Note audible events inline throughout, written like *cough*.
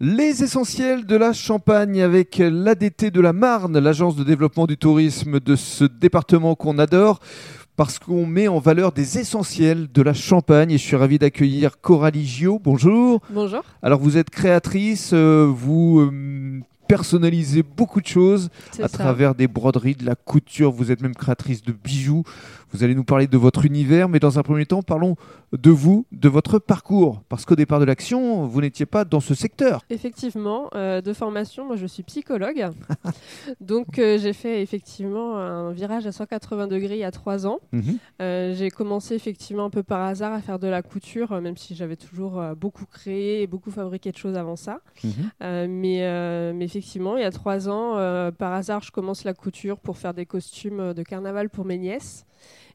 Les essentiels de la Champagne avec l'ADT de la Marne, l'agence de développement du tourisme de ce département qu'on adore parce qu'on met en valeur des essentiels de la Champagne. Et je suis ravi d'accueillir Coralie Gio. Bonjour. Bonjour. Alors vous êtes créatrice, euh, vous euh, personnalisez beaucoup de choses c'est à ça. travers des broderies, de la couture. Vous êtes même créatrice de bijoux. Vous allez nous parler de votre univers, mais dans un premier temps, parlons de vous, de votre parcours. Parce qu'au départ de l'action, vous n'étiez pas dans ce secteur. Effectivement, euh, de formation, moi je *laughs* suis psychologue. Donc euh, j'ai fait effectivement un virage à 180 degrés il y a trois ans. Euh, j'ai commencé effectivement un peu par hasard à faire de la couture, euh, même si j'avais toujours euh, beaucoup créé et beaucoup fabriqué de choses avant ça. Euh, mais, euh, mais effectivement, il y a trois ans, euh, par hasard, je commence la couture pour faire des costumes euh, de carnaval pour mes nièces.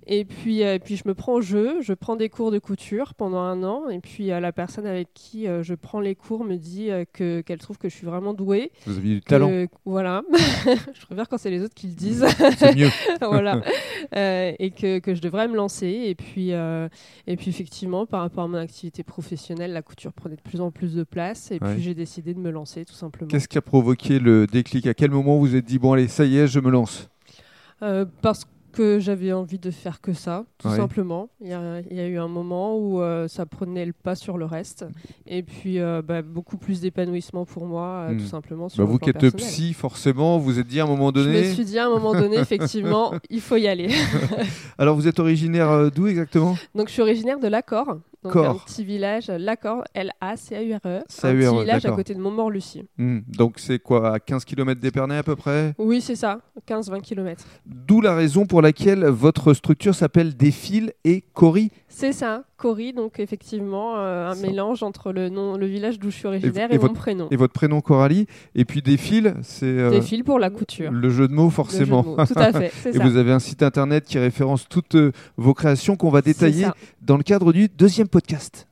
Et puis, euh, puis je me prends au jeu, je prends des cours de couture pendant un an. Et puis euh, la personne avec qui euh, je prends les cours me dit euh, que- qu'elle trouve que je suis vraiment douée. Vous aviez du que- *laughs* talent, voilà. je préfère quand c'est les autres qui le disent. *laughs* c'est mieux. *laughs* voilà. Euh, et que, que je devrais me lancer. Et puis, euh, et puis effectivement, par rapport à mon activité professionnelle, la couture prenait de plus en plus de place. Et Ouais. puis j'ai décidé de me lancer tout simplement. Qu'est-ce qui a provoqué le déclic À quel moment vous vous êtes dit, bon allez, ça y est, je me lance Euh, parce que j'avais envie de faire que ça, tout Ouais. simplement. Il y, a- il y a eu un moment où euh, ça prenait le pas sur le reste. Et puis euh, bah, beaucoup plus d'épanouissement pour moi, euh, Hmm. tout simplement. Sur Bah, le Vous plan qui êtes personnel. psy, forcément, vous vous êtes dit à un moment Je donné... me suis dit à un *laughs* moment donné, effectivement, il faut y aller. Alors vous êtes originaire euh, d'où exactement Donc je suis originaire de Lacor, donc Corps. un petit village, Lacor, L-A-C-A-U-R-E, E, un C-A-U-R-E, petit village à E, d'accord. côté de Montmort-Lucie. Hmm, Donc c'est quoi, à 15 km d'Épernay à peu près Oui, c'est ça, 15-20 km. D'où la raison pour laquelle votre structure s'appelle Défile et Cori. C'est ça, Cory, donc effectivement, euh, un Ça. mélange entre le, nom, le village d'où je suis originaire et et, votre- mon prénom. Et votre prénom Coralie. Et puis Défile, c'est euh, Défile pour la couture. le jeu de mots le jeu de forcément. mots, Tout à fait, *laughs* c'est Et ça. vous avez un site internet qui référence toutes euh, vos créations qu'on va C'est détailler ça. dans le cadre du deuxième podcast.